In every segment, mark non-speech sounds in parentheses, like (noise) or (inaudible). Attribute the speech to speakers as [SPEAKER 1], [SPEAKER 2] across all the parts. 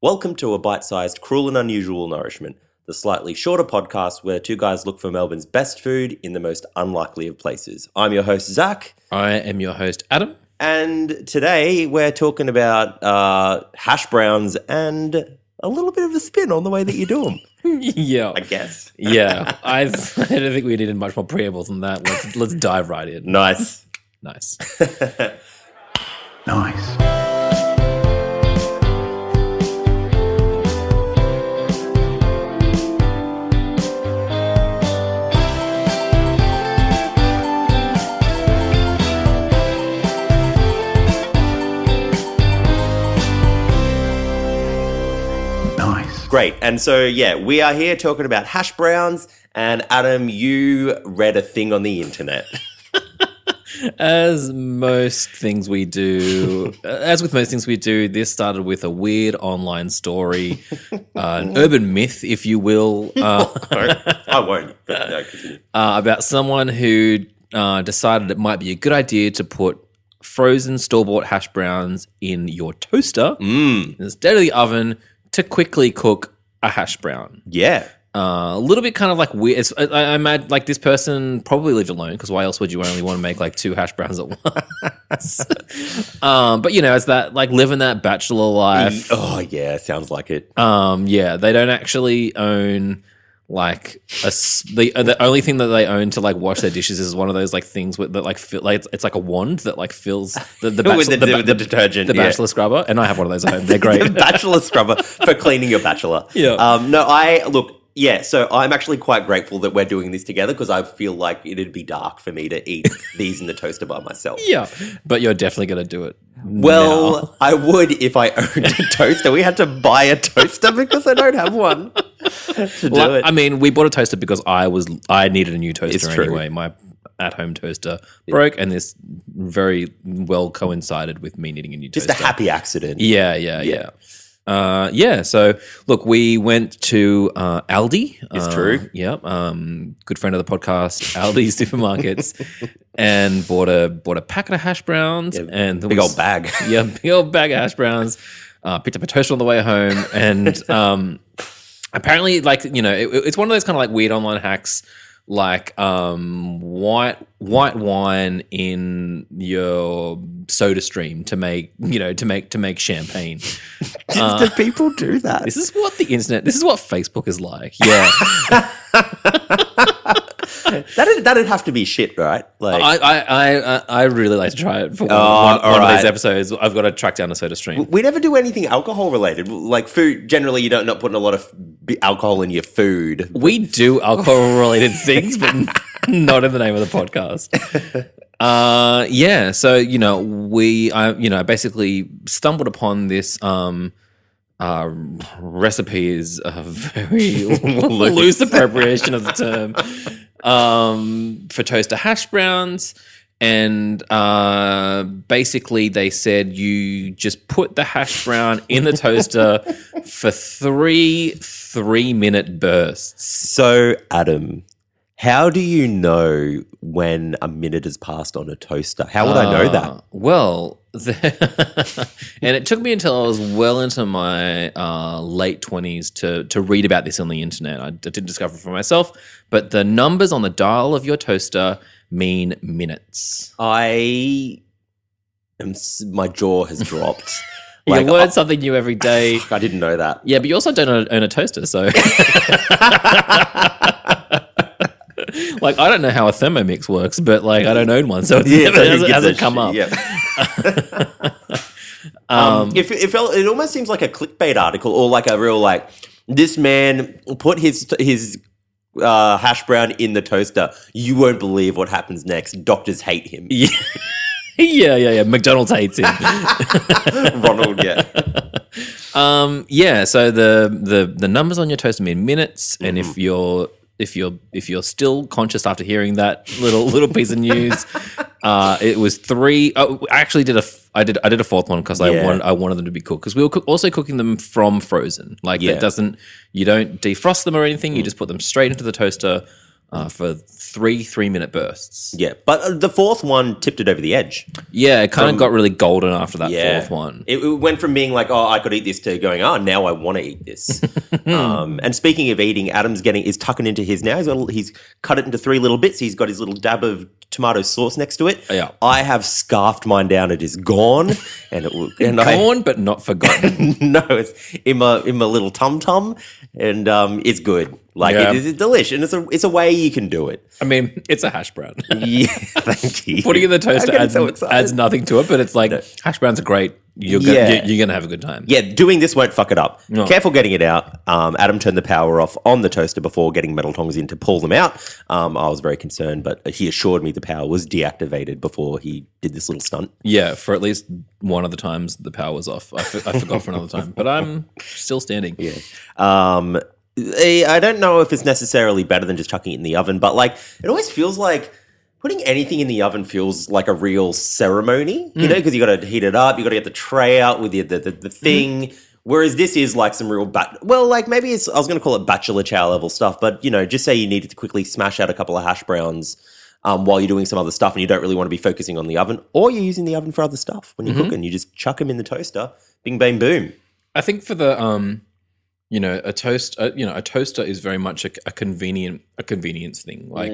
[SPEAKER 1] Welcome to a bite sized, cruel and unusual nourishment, the slightly shorter podcast where two guys look for Melbourne's best food in the most unlikely of places. I'm your host, Zach,
[SPEAKER 2] I am your host, Adam. (laughs)
[SPEAKER 1] and today we're talking about uh, hash browns and a little bit of a spin on the way that you do them,
[SPEAKER 2] yeah.
[SPEAKER 1] (laughs) I guess.
[SPEAKER 2] Yeah. I've, I (laughs) don't think we needed much more preamble than that. Let's, let's dive right in.
[SPEAKER 1] Nice.
[SPEAKER 2] Nice.
[SPEAKER 3] Nice. Nice.
[SPEAKER 1] Great. And so, yeah, we are here talking about hash browns. And Adam, you read a thing on the internet.
[SPEAKER 2] As most things we do, uh, as with most things we do, this started with a weird online story, uh, an urban myth, if you will, uh,
[SPEAKER 1] (laughs) I won't. But no, continue.
[SPEAKER 2] uh, about someone who uh, decided it might be a good idea to put frozen store bought hash browns in your toaster instead of the oven to quickly cook a hash brown.
[SPEAKER 1] Yeah.
[SPEAKER 2] Uh, a little bit kind of like weird. It's, I, I imagine like this person probably lived alone because why else would you only want to make like two hash browns at (laughs) once? um, but you know, it's that like living that bachelor life.
[SPEAKER 1] Oh, yeah. Sounds like it.
[SPEAKER 2] Um, yeah, they don't actually own like a s- the uh, the only thing that they own to like wash their dishes is one of those like things with, that like fill, like it's, it's like a wand that like fills the the,
[SPEAKER 1] (laughs)
[SPEAKER 2] bachelor,
[SPEAKER 1] With the,
[SPEAKER 2] the, ba-
[SPEAKER 1] with the detergent.
[SPEAKER 2] the
[SPEAKER 1] yeah. (laughs)
[SPEAKER 2] bachelor scrubber. And I have one of those at home. They're
[SPEAKER 1] The
[SPEAKER 2] great.
[SPEAKER 1] bachelor scrubber for cleaning your bachelor.
[SPEAKER 2] (laughs) Yeah.
[SPEAKER 1] Um, no, I look. Yeah, so I'm actually quite grateful that we're doing this together because I feel like it'd be dark for me to
[SPEAKER 2] (laughs)
[SPEAKER 1] eat these in the toaster by myself.
[SPEAKER 2] yeah, but you're definitely gonna do it.
[SPEAKER 1] Well,
[SPEAKER 2] now.
[SPEAKER 1] I would if I owned a toaster. We had to buy a toaster because I don't have
[SPEAKER 2] (laughs)
[SPEAKER 1] one to do
[SPEAKER 2] Well,
[SPEAKER 1] it.
[SPEAKER 2] I mean, we bought a toaster because I was I needed a new toaster
[SPEAKER 1] It's true.
[SPEAKER 2] anyway. My at home toaster broke, and this very well coincided with me needing a new
[SPEAKER 1] Just
[SPEAKER 2] toaster.
[SPEAKER 1] a happy accident.
[SPEAKER 2] Yeah, yeah, yeah. Uh, yeah. So look, we went to uh, Aldi. It's
[SPEAKER 1] true.
[SPEAKER 2] Yeah. Um, good friend of the podcast, Aldi (laughs) supermarkets, and bought a bought a packet of hash browns and there
[SPEAKER 1] Big
[SPEAKER 2] was-
[SPEAKER 1] old bag.
[SPEAKER 2] (laughs) yeah, big old bag of hash browns. Uh, picked up a toaster on the way home,
[SPEAKER 1] (laughs)
[SPEAKER 2] and um, apparently, like you know, it, it's one of those kind of like weird online hacks, like um, white white wine in your Soda Stream to make you know to make to make champagne.
[SPEAKER 1] (laughs)
[SPEAKER 2] Uh.
[SPEAKER 1] Do people do that?
[SPEAKER 2] This is what the internet. This is what Facebook is like.
[SPEAKER 1] (laughs)
[SPEAKER 2] Yeah,
[SPEAKER 1] That'd, that'd have to be shit, right? Like,
[SPEAKER 2] I, I I I- I really like to try it for one
[SPEAKER 1] Oh,
[SPEAKER 2] one- one of
[SPEAKER 1] alright.
[SPEAKER 2] these episodes. I've got to track down a Soda Stream.
[SPEAKER 1] We never do anything alcohol related. Like food, generally, you don't not putting a lot of b- alcohol in your food.
[SPEAKER 2] We do alcohol related things, but not in the name of the podcast. Uh, yeah. So you know, we, I, you know, I basically stumbled upon this. Um, uh, recipe is a very loose appropriation of the term um, for toaster hash browns. And uh, basically, they said you just put the hash brown in the toaster for three three minute bursts.
[SPEAKER 1] So, Adam, how do you know when a minute has passed on a toaster? How would I know that?
[SPEAKER 2] Uh, well, (laughs) the and it took me until I was well into my uh, late twenties to to read about this on the internet. I d- didn't discover it for myself, but the numbers on the dial of your toaster mean minutes.
[SPEAKER 1] I am. s- My jaw has dropped.
[SPEAKER 2] you
[SPEAKER 1] oh.
[SPEAKER 2] learn something new
[SPEAKER 1] (laughs)
[SPEAKER 2] every day.
[SPEAKER 1] I didn't know that.
[SPEAKER 2] Yeah, but you also don't own- own a
[SPEAKER 1] (laughs)
[SPEAKER 2] toaster, so. Like I don't know how a Thermomix works, but like I don't own
[SPEAKER 1] (laughs)
[SPEAKER 2] one, so it's never,
[SPEAKER 1] so
[SPEAKER 2] it
[SPEAKER 1] who
[SPEAKER 2] hasn't,
[SPEAKER 1] gives a
[SPEAKER 2] hasn't
[SPEAKER 1] shit?
[SPEAKER 2] come up.
[SPEAKER 1] Yeah. (laughs) um, if, if it almost seems like a clickbait article or like a real like this man put his his uh, hash brown in the toaster. You won't believe what happens next. Doctors hate him.
[SPEAKER 2] Yeah. (laughs) yeah, yeah, yeah. McDonald's hates him.
[SPEAKER 1] (laughs) Ronald, yeah.
[SPEAKER 2] Um, yeah. So the the the numbers on your toaster mean minutes, and
[SPEAKER 1] Mm-hmm.
[SPEAKER 2] if you're if you're if you're still conscious after hearing that little little piece
[SPEAKER 1] (laughs)
[SPEAKER 2] of news, uh, it was three. Oh, I actually did a f- I did I did a fourth one because
[SPEAKER 1] Yeah.
[SPEAKER 2] I wanted I wanted them to be cooked because we were cook, also cooking them from frozen. Like
[SPEAKER 1] Yeah. Mm.
[SPEAKER 2] it doesn't you don't defrost them or anything. You just put them straight into the toaster. uh, for three three minute bursts.
[SPEAKER 1] (laughs) Yeah, but uh, the fourth one tipped it over the edge.
[SPEAKER 2] Yeah, it kind of got really golden after that
[SPEAKER 1] Yeah.
[SPEAKER 2] fourth one.
[SPEAKER 1] It, it went from being like, oh, I could eat this to going, oh, now I want to eat
[SPEAKER 2] (laughs)
[SPEAKER 1] this. um, and speaking of eating, Adam's getting is tucking into his now. He's got, a- he's cut it into three little bits. He's got his little dab of tomato sauce next to it.
[SPEAKER 2] Yeah.
[SPEAKER 1] I have scarfed mine down. It is
[SPEAKER 2] (laughs)
[SPEAKER 1] gone, and it will- and I
[SPEAKER 2] Gone but
[SPEAKER 1] (laughs)
[SPEAKER 2] not forgotten.
[SPEAKER 1] no, it's in my in my little tum tum, and um, it's good. Like
[SPEAKER 2] Yeah.
[SPEAKER 1] it is it's delish, and it's a it's a way you can do it.
[SPEAKER 2] I mean, it's a hash brown.
[SPEAKER 1] Yeah, (laughs) thank you.
[SPEAKER 2] Putting it in the toaster
[SPEAKER 1] I'm getting
[SPEAKER 2] adds,
[SPEAKER 1] so excited.
[SPEAKER 2] adds nothing to it, but it's like hash browns are great. You're gonna,
[SPEAKER 1] Yeah.
[SPEAKER 2] you- you're gonna have a good time.
[SPEAKER 1] Yeah, doing this won't fuck it up.
[SPEAKER 2] No.
[SPEAKER 1] Careful getting it out. Um, Adam turned the power off on the toaster before getting metal tongs in to pull them out. Um, I was very concerned, but he assured me the power was deactivated before he did this little stunt.
[SPEAKER 2] Yeah, for at least one of the times the power was off. I, f- I forgot for another time, but I'm still standing. Yeah,
[SPEAKER 1] Um, I I don't know if it's necessarily better than just chucking it in the oven, but like it always feels like putting anything in the oven feels like a real ceremony, you know, because you got to heat it up, you got to get the tray out with the the, the, the thing. Whereas this is like some real bat. Well, like maybe it's I was going to call it bachelor chow level stuff, but you know, just say you needed to quickly smash out a couple of hash browns. Um, while you're doing some other stuff and you don't really want to be focusing on the oven, or you're using the oven for other stuff when you're cooking, you just chuck them in the toaster, bing, bang, boom.
[SPEAKER 2] I think for the um, you know, a toast, uh, you know, a toaster is very much a, a convenient a convenience thing. Like,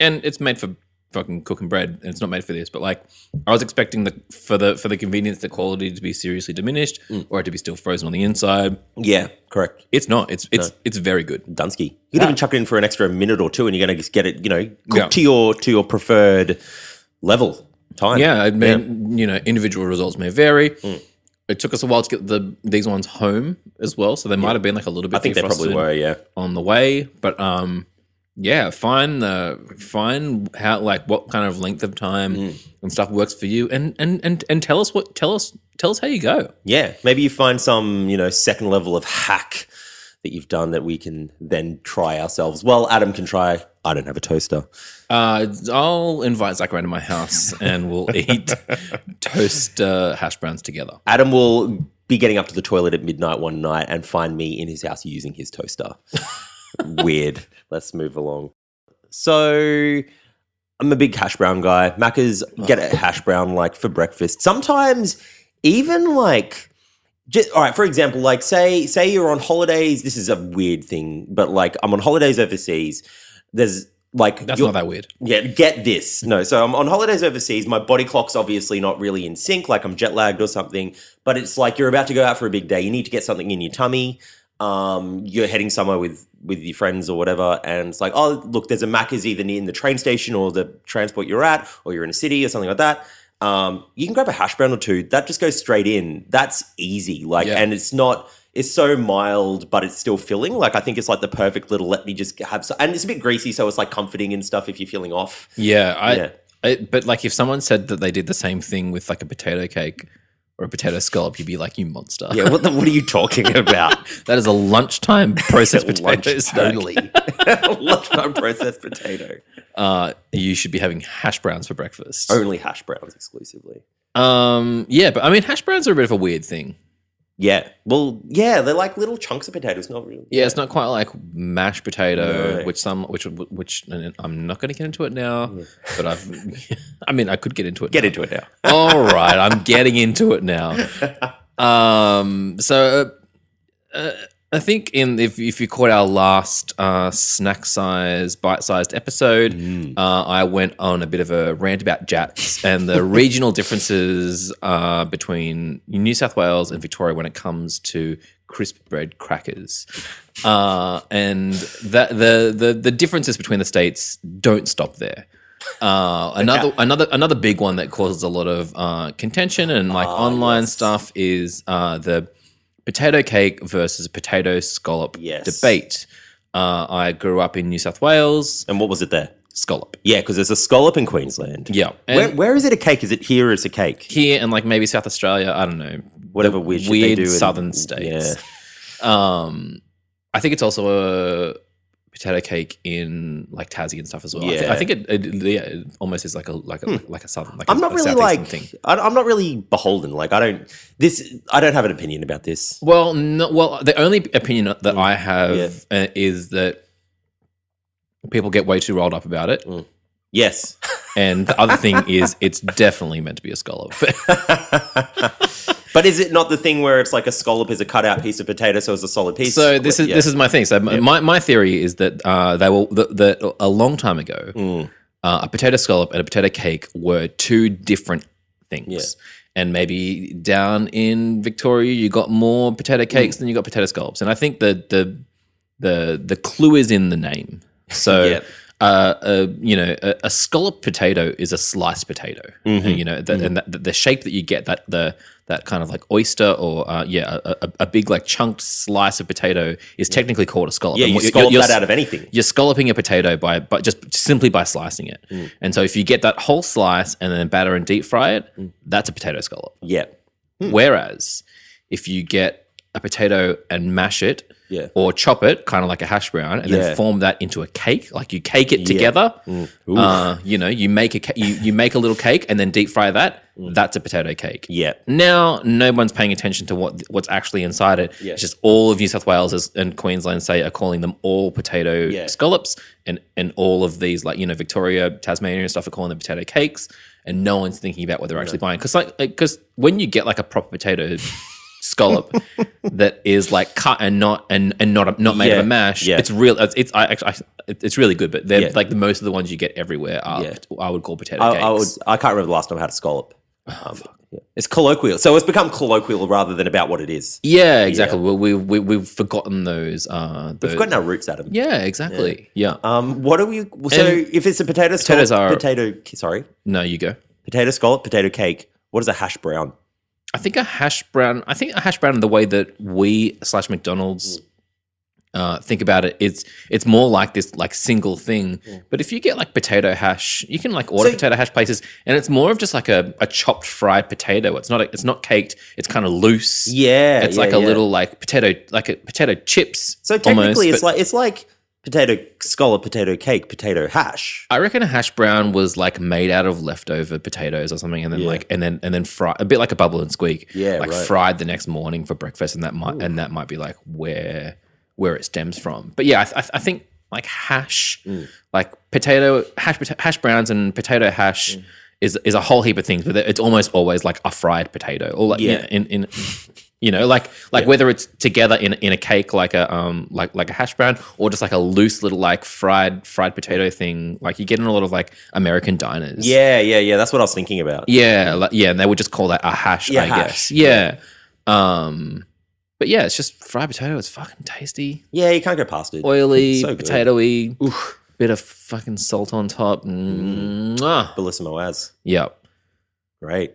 [SPEAKER 2] and it's made for fucking cooking bread, and it's not made for this. But like, I was expecting the for the for the convenience, the quality to be seriously diminished,
[SPEAKER 1] Mm.
[SPEAKER 2] or it to be still frozen on the inside.
[SPEAKER 1] Yeah, correct.
[SPEAKER 2] It's not. It's it's it's very good.
[SPEAKER 1] Dunsky. You could even chuck it in for an extra minute or two, and you're going to just get it, you know, cooked
[SPEAKER 2] Yeah.
[SPEAKER 1] to your to your preferred level time.
[SPEAKER 2] Yeah, I mean, you know, individual results may vary.
[SPEAKER 1] Mm.
[SPEAKER 2] It took us a while to get the these ones home as well, so they might have been like a little bit.
[SPEAKER 1] I think they probably
[SPEAKER 2] defrosted
[SPEAKER 1] were. Yeah,
[SPEAKER 2] on the way, but um, yeah, find the find how like what kind of length of time
[SPEAKER 1] Mm.
[SPEAKER 2] and stuff works for you, and and and and tell us what tell us tell us how you go.
[SPEAKER 1] yeah. Maybe you find some, you know, second level of hack that you've done that we can then try ourselves. Well, Adam can try. I don't have a toaster.
[SPEAKER 2] Uh, I'll invite Zach around to my house,
[SPEAKER 1] (laughs)
[SPEAKER 2] and we'll eat toast uh, hash browns together.
[SPEAKER 1] Adam will be getting up to the toilet at midnight one night and find me in his house using his
[SPEAKER 2] (laughs)
[SPEAKER 1] toaster. Weird. Let's move along. So I'm a big hash brown guy. Macca's get
[SPEAKER 2] Oh.
[SPEAKER 1] a hash brown like for breakfast. Sometimes even like just all right, for example, like say say you're on holidays. This is a weird thing, but like I'm on holidays overseas. There's like
[SPEAKER 2] That's
[SPEAKER 1] you're-
[SPEAKER 2] not that weird.
[SPEAKER 1] yeah, get this. No, so I'm on holidays overseas. My body clock's obviously not really in sync, like I'm jet lagged or something. But it's like you're about to go out for a big day. You need to get something in your tummy. Um, you're heading somewhere with with your friends or whatever, and it's like, oh, look, there's a Macca's either in the train station or the transport you're at, or you're in a city or something like that. Um, you can grab a hash brown or two. That just goes straight in. That's easy. Like,
[SPEAKER 2] Yeah.
[SPEAKER 1] and it's not. It's so mild, but it's still filling. Like I think it's like the perfect little. Let me just have, so, and it's a bit greasy, so it's like comforting and stuff if you're feeling off.
[SPEAKER 2] Yeah, I.
[SPEAKER 1] Yeah.
[SPEAKER 2] I- but like, if someone said that they did the same thing with like a potato cake or a potato scallop, you'd be like, "You monster!
[SPEAKER 1] Yeah, what the, what are you (laughs) talking about?
[SPEAKER 2] (laughs) that is a
[SPEAKER 1] (laughs)
[SPEAKER 2] lunchtime processed potato
[SPEAKER 1] Lunch, (laughs)
[SPEAKER 2] snack.
[SPEAKER 1] totally. Lunchtime processed potato.
[SPEAKER 2] Uh, you should be having hash browns for breakfast.
[SPEAKER 1] Only hash browns exclusively.
[SPEAKER 2] Um, yeah, but I mean, hash browns are a bit of a weird thing.
[SPEAKER 1] Yeah. Well, yeah, they're like little chunks of potatoes, not really.
[SPEAKER 2] Yeah, it's not quite like mashed potato,
[SPEAKER 1] No.
[SPEAKER 2] which some, which, which, and I'm not going to get into it now. But I've, (laughs) I mean, I could get into it.
[SPEAKER 1] Get into it now.
[SPEAKER 2] now. All right, I'm getting into
[SPEAKER 1] (laughs)
[SPEAKER 2] it now. Um, so uh, I think in if if you caught our last uh, snack size, bite sized episode, uh, I went on a bit of a rant about Jats and the regional differences uh, between New South Wales and Victoria when it comes to crisp bread crackers. Uh, and that the, the the differences between the states don't stop there. Uh, another another another big one that causes a lot of uh, contention and like online stuff is uh, the potato cake versus potato scallop
[SPEAKER 1] Yes.
[SPEAKER 2] debate. Uh, I grew up in New South Wales.
[SPEAKER 1] And what was it there?
[SPEAKER 2] Scallop.
[SPEAKER 1] Yeah, because there's a scallop in Queensland.
[SPEAKER 2] Yeah. And
[SPEAKER 1] Where, where is it a cake? Is it here or is it a cake?
[SPEAKER 2] here and like maybe South Australia. I don't know.
[SPEAKER 1] Whatever weird shit they
[SPEAKER 2] Weird
[SPEAKER 1] do. in-
[SPEAKER 2] southern states.
[SPEAKER 1] Yeah.
[SPEAKER 2] Um, I think it's also a potato cake in like Tassie and stuff as well. I, thi-
[SPEAKER 1] Yeah. Hmm.
[SPEAKER 2] I think it, it, yeah, it almost is like a like a, like a southern. Like
[SPEAKER 1] I'm
[SPEAKER 2] a,
[SPEAKER 1] not
[SPEAKER 2] a
[SPEAKER 1] really
[SPEAKER 2] southeastern
[SPEAKER 1] like
[SPEAKER 2] thing.
[SPEAKER 1] I, I'm not really beholden. Like I don't this I don't have an opinion about this.
[SPEAKER 2] Well,
[SPEAKER 1] Hmm.
[SPEAKER 2] no, well, the only opinion that I have uh, is that people get way too rolled up about it.
[SPEAKER 1] Yes. (laughs)
[SPEAKER 2] And the other thing is, it's definitely meant to be a scallop.
[SPEAKER 1] But is it not the thing where it's like a scallop is a cut out piece of potato, so it's a solid piece?
[SPEAKER 2] so this is
[SPEAKER 1] Yeah.
[SPEAKER 2] this is my thing. So m my, my theory is that uh, they will that, that a long time ago,
[SPEAKER 1] Mm.
[SPEAKER 2] uh, a potato scallop and a potato cake were two different things. And maybe down in Victoria, you got more potato cakes
[SPEAKER 1] Mm.
[SPEAKER 2] than you got potato scallops. And I think the the the the clue is in the name.
[SPEAKER 1] (laughs)
[SPEAKER 2] So.
[SPEAKER 1] Yeah.
[SPEAKER 2] Uh, uh, you know, a, a scallop potato is a sliced potato.
[SPEAKER 1] Mm-hmm.
[SPEAKER 2] And, you know, that, and that, the shape that you get that the that kind of like oyster or uh, yeah, a, a, a big like chunked slice of potato is technically called a scallop.
[SPEAKER 1] yeah,
[SPEAKER 2] And
[SPEAKER 1] you
[SPEAKER 2] what you're-
[SPEAKER 1] scallop
[SPEAKER 2] you're-
[SPEAKER 1] that out of anything.
[SPEAKER 2] You're scalloping a potato by, but just simply by slicing it.
[SPEAKER 1] Mm.
[SPEAKER 2] And so if you get that whole slice and then batter and deep fry it,
[SPEAKER 1] Mm.
[SPEAKER 2] that's a potato scallop.
[SPEAKER 1] Yeah. Hmm.
[SPEAKER 2] Whereas if you get a potato and mash it
[SPEAKER 1] Yeah.
[SPEAKER 2] or chop it, kind of like a hash brown, and
[SPEAKER 1] Yeah. Hmm.
[SPEAKER 2] then form that into a cake, like you cake it together, uh, you know, you make a ca- you, you make a little cake and then deep fry that, that's a potato cake.
[SPEAKER 1] Hmm. Yeah.
[SPEAKER 2] Now no one's paying attention to what what's actually inside it.
[SPEAKER 1] Yeah.
[SPEAKER 2] It's just all of New South Wales is- and Queensland say are calling them all potato
[SPEAKER 1] Yeah.
[SPEAKER 2] scallops, and and all of these like you know Victoria, Tasmania and stuff are calling them potato cakes, and no one's thinking about what they're actually buying because like because when you get like a proper potato
[SPEAKER 1] (laughs)
[SPEAKER 2] scallop that is like cut and not and and not not made of
[SPEAKER 1] Yeah.
[SPEAKER 2] a mash,
[SPEAKER 1] Yeah.
[SPEAKER 2] it's real. It's, it's I actually I, it's really good, but they're
[SPEAKER 1] Yeah.
[SPEAKER 2] like the most of the ones you get everywhere are
[SPEAKER 1] Yeah.
[SPEAKER 2] I would call potato
[SPEAKER 1] I,
[SPEAKER 2] cakes.
[SPEAKER 1] I, would, I can't remember the last time I had a scallop. Um, yeah. It's colloquial. So it's become colloquial rather than about what it is.
[SPEAKER 2] Yeah, exactly. Well, we, we we've forgotten those. Uh, those.
[SPEAKER 1] We've gotten our roots, Adam.
[SPEAKER 2] yeah, exactly. Yeah.
[SPEAKER 1] Um, what are we? So
[SPEAKER 2] And
[SPEAKER 1] if it's a potato scallop,
[SPEAKER 2] potatoes are-
[SPEAKER 1] potato. Sorry,
[SPEAKER 2] no, you go.
[SPEAKER 1] potato scallop, potato cake. What is a hash brown?
[SPEAKER 2] I think a hash brown. I think a hash brown, in the way that we slash
[SPEAKER 1] Mm.
[SPEAKER 2] McDonald's uh, think about it, it's it's more like this like single thing.
[SPEAKER 1] Mm.
[SPEAKER 2] But if you get like potato hash, you can like order
[SPEAKER 1] So-
[SPEAKER 2] potato hash places, and it's more of just like a, a chopped fried potato. It's not a, it's not caked. It's kind of loose.
[SPEAKER 1] Yeah,
[SPEAKER 2] It's like a little like potato like a potato chips.
[SPEAKER 1] So technically, it's like it's like potato scallop, potato cake, potato hash.
[SPEAKER 2] I reckon a hash brown was like made out of leftover potatoes or something, and then like and then and then fry a bit like a bubble and squeak.
[SPEAKER 1] Yeah,
[SPEAKER 2] like
[SPEAKER 1] right.
[SPEAKER 2] fried the next morning for breakfast, and that might and that might be like where where it stems from. But yeah, I, th- I think like hash,
[SPEAKER 1] Mm.
[SPEAKER 2] like potato hash pota- hash browns and potato hash.
[SPEAKER 1] Mm.
[SPEAKER 2] Is, is a whole heap of things, but it's almost always like a fried potato, or like
[SPEAKER 1] Yeah.
[SPEAKER 2] yeah. in, in you know, like like whether it's together in in a cake, like a um like like a hash brown, or just like a loose little like fried fried potato thing, like you get in a lot of like American diners.
[SPEAKER 1] Yeah, yeah, yeah. That's what I was thinking about.
[SPEAKER 2] yeah, like, yeah, and they would just call that a hash,
[SPEAKER 1] Yeah,
[SPEAKER 2] I
[SPEAKER 1] hash.
[SPEAKER 2] guess. Yeah, um, but yeah, it's just fried potato. It's fucking tasty,
[SPEAKER 1] Yeah, you can't go past it.
[SPEAKER 2] oily,
[SPEAKER 1] So good.
[SPEAKER 2] potatoey, bit of fucking salt on top.
[SPEAKER 1] Mm.
[SPEAKER 2] Mwah.
[SPEAKER 1] Bellissimo as
[SPEAKER 2] Yep,
[SPEAKER 1] (laughs) great.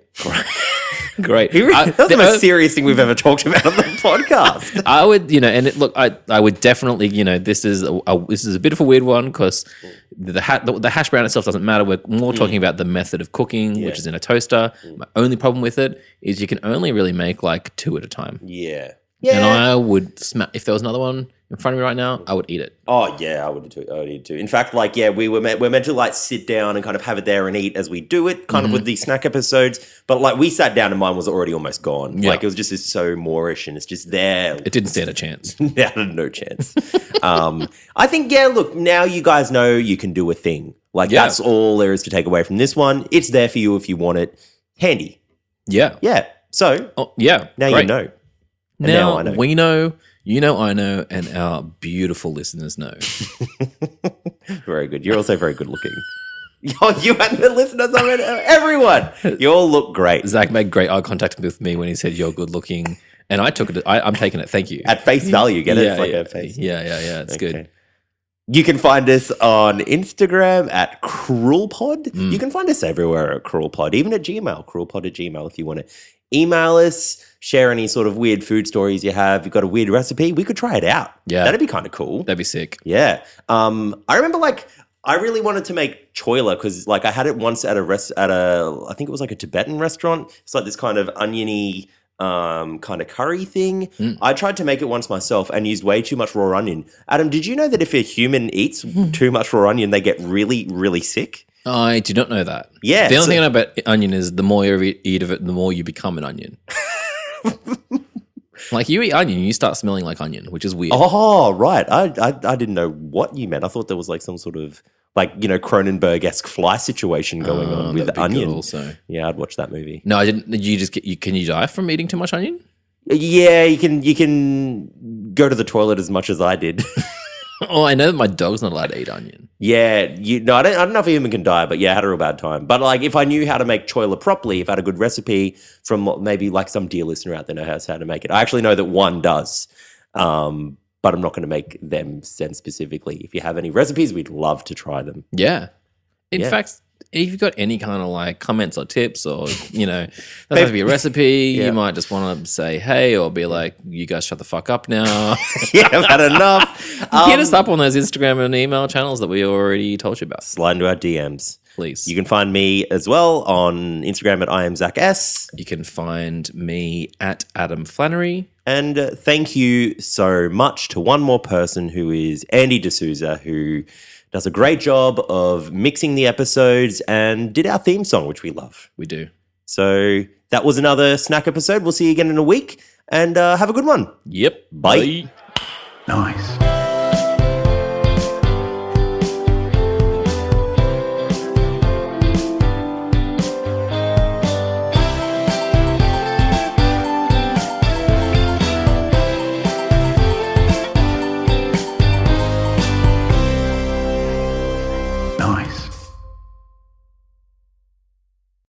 [SPEAKER 2] great.
[SPEAKER 1] (laughs)
[SPEAKER 2] I-
[SPEAKER 1] that was the most
[SPEAKER 2] uh,
[SPEAKER 1] serious thing we've ever talked about on the (laughs) podcast.
[SPEAKER 2] I would, you know, and it, look, I, I would definitely, you know, this is a, a- this is a bit of a weird one because the, ha- the the hash brown itself doesn't matter. We're more
[SPEAKER 1] Mm.
[SPEAKER 2] talking about the method of cooking, which is in a toaster. My only problem with it is you can only really make like two at a time.
[SPEAKER 1] Yeah.
[SPEAKER 2] And I would sma if there was another one in front of me right now, I would eat it.
[SPEAKER 1] Oh yeah, I would too. I would too. In fact, like yeah, we were meant, we're meant to like sit down and kind of have it there and eat as we do it, kind of with these snack episodes. But like we sat down and mine was already almost gone.
[SPEAKER 2] Yeah.
[SPEAKER 1] Like it was just it's so Moorish and it's just there.
[SPEAKER 2] It didn't stand
[SPEAKER 1] (laughs)
[SPEAKER 2] a chance.
[SPEAKER 1] Now no chance. um, I think yeah. Look, now you guys know you can do a thing. Like
[SPEAKER 2] Yeah.
[SPEAKER 1] that's all there is to take away from this one. It's there for you if you want it. Handy.
[SPEAKER 2] Yeah.
[SPEAKER 1] Yeah. So
[SPEAKER 2] Oh, yeah.
[SPEAKER 1] now
[SPEAKER 2] Great.
[SPEAKER 1] you know.
[SPEAKER 2] Now,
[SPEAKER 1] now I know.
[SPEAKER 2] we know. You know, I know, and our beautiful listeners know.
[SPEAKER 1] Very good. You're also very good looking. (laughs) Oh, you and the listeners, I mean, everyone. You all look great.
[SPEAKER 2] Zach made great eye contact with me when he said, "You're good looking," and I took it. I, I'm taking it. Thank you.
[SPEAKER 1] at face value. Get it? It's like
[SPEAKER 2] yeah,
[SPEAKER 1] a face.
[SPEAKER 2] Yeah, yeah, yeah. It's good.
[SPEAKER 1] Okay. You can find us on Instagram at CruelPod.
[SPEAKER 2] Mm.
[SPEAKER 1] You can find us everywhere at CruelPod, even at Gmail, CruelPod at Gmail if you want to email us, share any sort of weird food stories you have. You've got a weird recipe, we could try it out.
[SPEAKER 2] Yeah.
[SPEAKER 1] That'd be kind of cool.
[SPEAKER 2] That'd be sick.
[SPEAKER 1] Yeah. Um, I remember like I really wanted to make choila because like I had it once at a rest at a I think it was like a Tibetan restaurant. It's like this kind of oniony um kind of curry thing. I tried to make it once myself and used way too much raw onion. Adam, did you know that if a human (laughs) eats too much raw onion, they get really, really sick?
[SPEAKER 2] I do not know that.
[SPEAKER 1] Yeah,
[SPEAKER 2] The only
[SPEAKER 1] so-
[SPEAKER 2] thing I
[SPEAKER 1] (laughs)
[SPEAKER 2] know about onion is the more you eat of it, the more you become an onion. Like you eat onion, you start smelling like onion, which is weird.
[SPEAKER 1] Oh, right. I, I I didn't know what you meant. I thought there was like some sort of like you know Cronenberg esque fly situation going
[SPEAKER 2] Oh,
[SPEAKER 1] on with
[SPEAKER 2] that'd
[SPEAKER 1] the
[SPEAKER 2] be good
[SPEAKER 1] onion.
[SPEAKER 2] Also,
[SPEAKER 1] Yeah, I'd watch that movie.
[SPEAKER 2] no, I didn't. did You just get. You, can you die from eating too much onion?
[SPEAKER 1] Yeah, you can you can go to the toilet as much as I did. (laughs)
[SPEAKER 2] oh, I know that my dog's not allowed to eat onion.
[SPEAKER 1] yeah, you no, I don't I don't know if a human can die, but yeah, I had a real bad time. But like if I knew how to make choila properly, if I had a good recipe from maybe like some dear listener out there knows how to make it. I actually know that one does. Um but I'm not going to make them send specifically. If you have any recipes, we'd love to try them. (laughs)
[SPEAKER 2] Yeah. In
[SPEAKER 1] Yeah.
[SPEAKER 2] fact, if you've got any kind of like comments or tips or, you
[SPEAKER 1] (laughs)
[SPEAKER 2] know, doesn't have to be a recipe,
[SPEAKER 1] Yeah.
[SPEAKER 2] you might just want to say hey or be like, you guys shut the fuck
[SPEAKER 1] (laughs)
[SPEAKER 2] up now. (laughs)
[SPEAKER 1] yeah, I've had enough.
[SPEAKER 2] Hit us up on those Instagram and email channels that we already told you about,
[SPEAKER 1] Slide into our DMs.
[SPEAKER 2] please.
[SPEAKER 1] You
[SPEAKER 2] You,
[SPEAKER 1] can find me as well on Instagram at I am Zach S.
[SPEAKER 2] can find me at Adam Flannery.
[SPEAKER 1] And uh, thank you so much to one more person who is Andy D'Souza, who does a great job of mixing the episodes and did our theme song, which we love.
[SPEAKER 2] We do.
[SPEAKER 1] So that was another snack episode. We'll see you again in a week and uh, have a good one.
[SPEAKER 2] Yep.
[SPEAKER 1] Bye.
[SPEAKER 3] Nice.